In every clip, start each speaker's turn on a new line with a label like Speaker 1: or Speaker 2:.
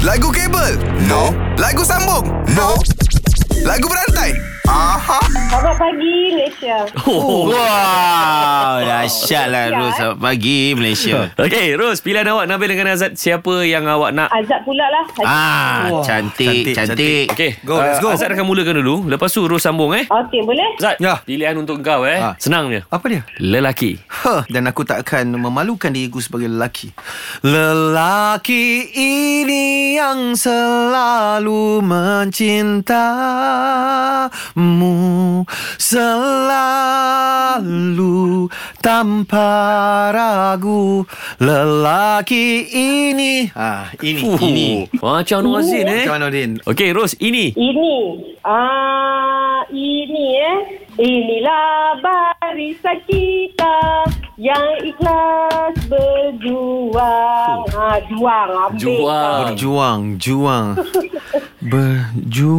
Speaker 1: Lagu kabel? No. Lagu sambung? No. Lagu berantai? Aha.
Speaker 2: Selamat pagi Malaysia.
Speaker 3: Oh.
Speaker 4: Wah, dahsyat lah
Speaker 2: Ya, eh.
Speaker 4: Ros. Selamat pagi Malaysia.
Speaker 3: Okey, Ros, pilihan awak Nabil dengan Azad siapa yang awak nak?
Speaker 2: Azab pula lah.
Speaker 4: Ah,
Speaker 5: Wah,
Speaker 4: cantik, cantik.
Speaker 5: cantik,
Speaker 3: Okey,
Speaker 5: Go, let's go.
Speaker 3: uh, Azad akan mulakan dulu. Lepas tu Ros sambung eh.
Speaker 2: Okey boleh?
Speaker 3: Azad,
Speaker 5: Ya.
Speaker 3: pilihan untuk kau eh.
Speaker 5: Ha.
Speaker 3: Senang je.
Speaker 5: Apa dia?
Speaker 3: Lelaki.
Speaker 5: Huh, dan aku tak akan memalukan diriku sebagai lelaki. Lelaki ini yang selalu mencintamu selalu tanpa ragu. Lelaki ini ah ini ini.
Speaker 3: Macam Nur Azin eh.
Speaker 5: Macam mana Din?
Speaker 3: Okey, Ros, ini.
Speaker 2: Ini. Ah, ini eh. Inilah barisan kita yang ikhlas berjuang. Ah, juang. Ambil.
Speaker 3: Juang.
Speaker 5: Berjuang, juang. Berju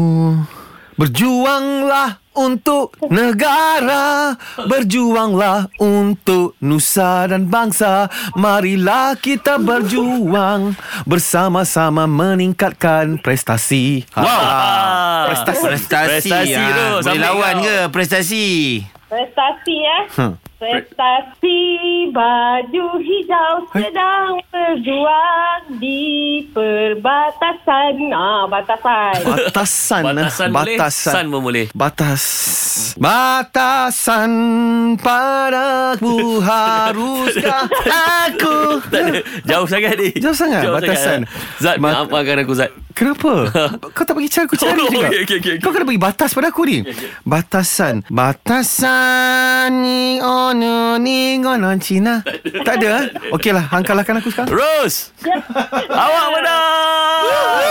Speaker 5: Berjuanglah untuk negara Berjuanglah untuk nusa dan bangsa Marilah kita berjuang Bersama-sama meningkatkan prestasi Ha.
Speaker 4: Wow.
Speaker 5: Prestasi. ha.
Speaker 4: Prestasi.
Speaker 3: Ah. Prestasi,
Speaker 4: ah.
Speaker 3: Ros.
Speaker 4: Boleh
Speaker 3: Ambil
Speaker 4: lawan
Speaker 3: kau.
Speaker 4: ke prestasi?
Speaker 2: Prestasi eh.
Speaker 5: Hmm.
Speaker 2: Prestasi baju hijau sedang berjuang di perbatasan. Ah, batasan.
Speaker 5: Batasan
Speaker 3: Batasan,
Speaker 5: eh.
Speaker 3: boleh. San pun boleh.
Speaker 5: Batas Batasan padaku haruskah aku
Speaker 3: Jauh sangat ni.
Speaker 5: Jauh sangat,
Speaker 3: sangat.
Speaker 5: batasan.
Speaker 3: eh? Zat,
Speaker 5: Bat-
Speaker 3: maafkan aku Zat.
Speaker 5: Kenapa? Kau tak bagi cara aku cari
Speaker 3: Oh,
Speaker 5: juga.
Speaker 3: okey, okey, okey,
Speaker 5: Kau kena bagi batas pada aku ni. Batasan. Batasan ni ono ni ngonon Cina. Tak ada. eh? Okeylah, hang kalahkan aku sekarang.
Speaker 3: Ros. awak menang.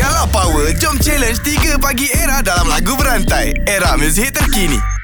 Speaker 1: Kalau power, jom challenge 3 pagi era dalam lagu berantai. Era muzik terkini.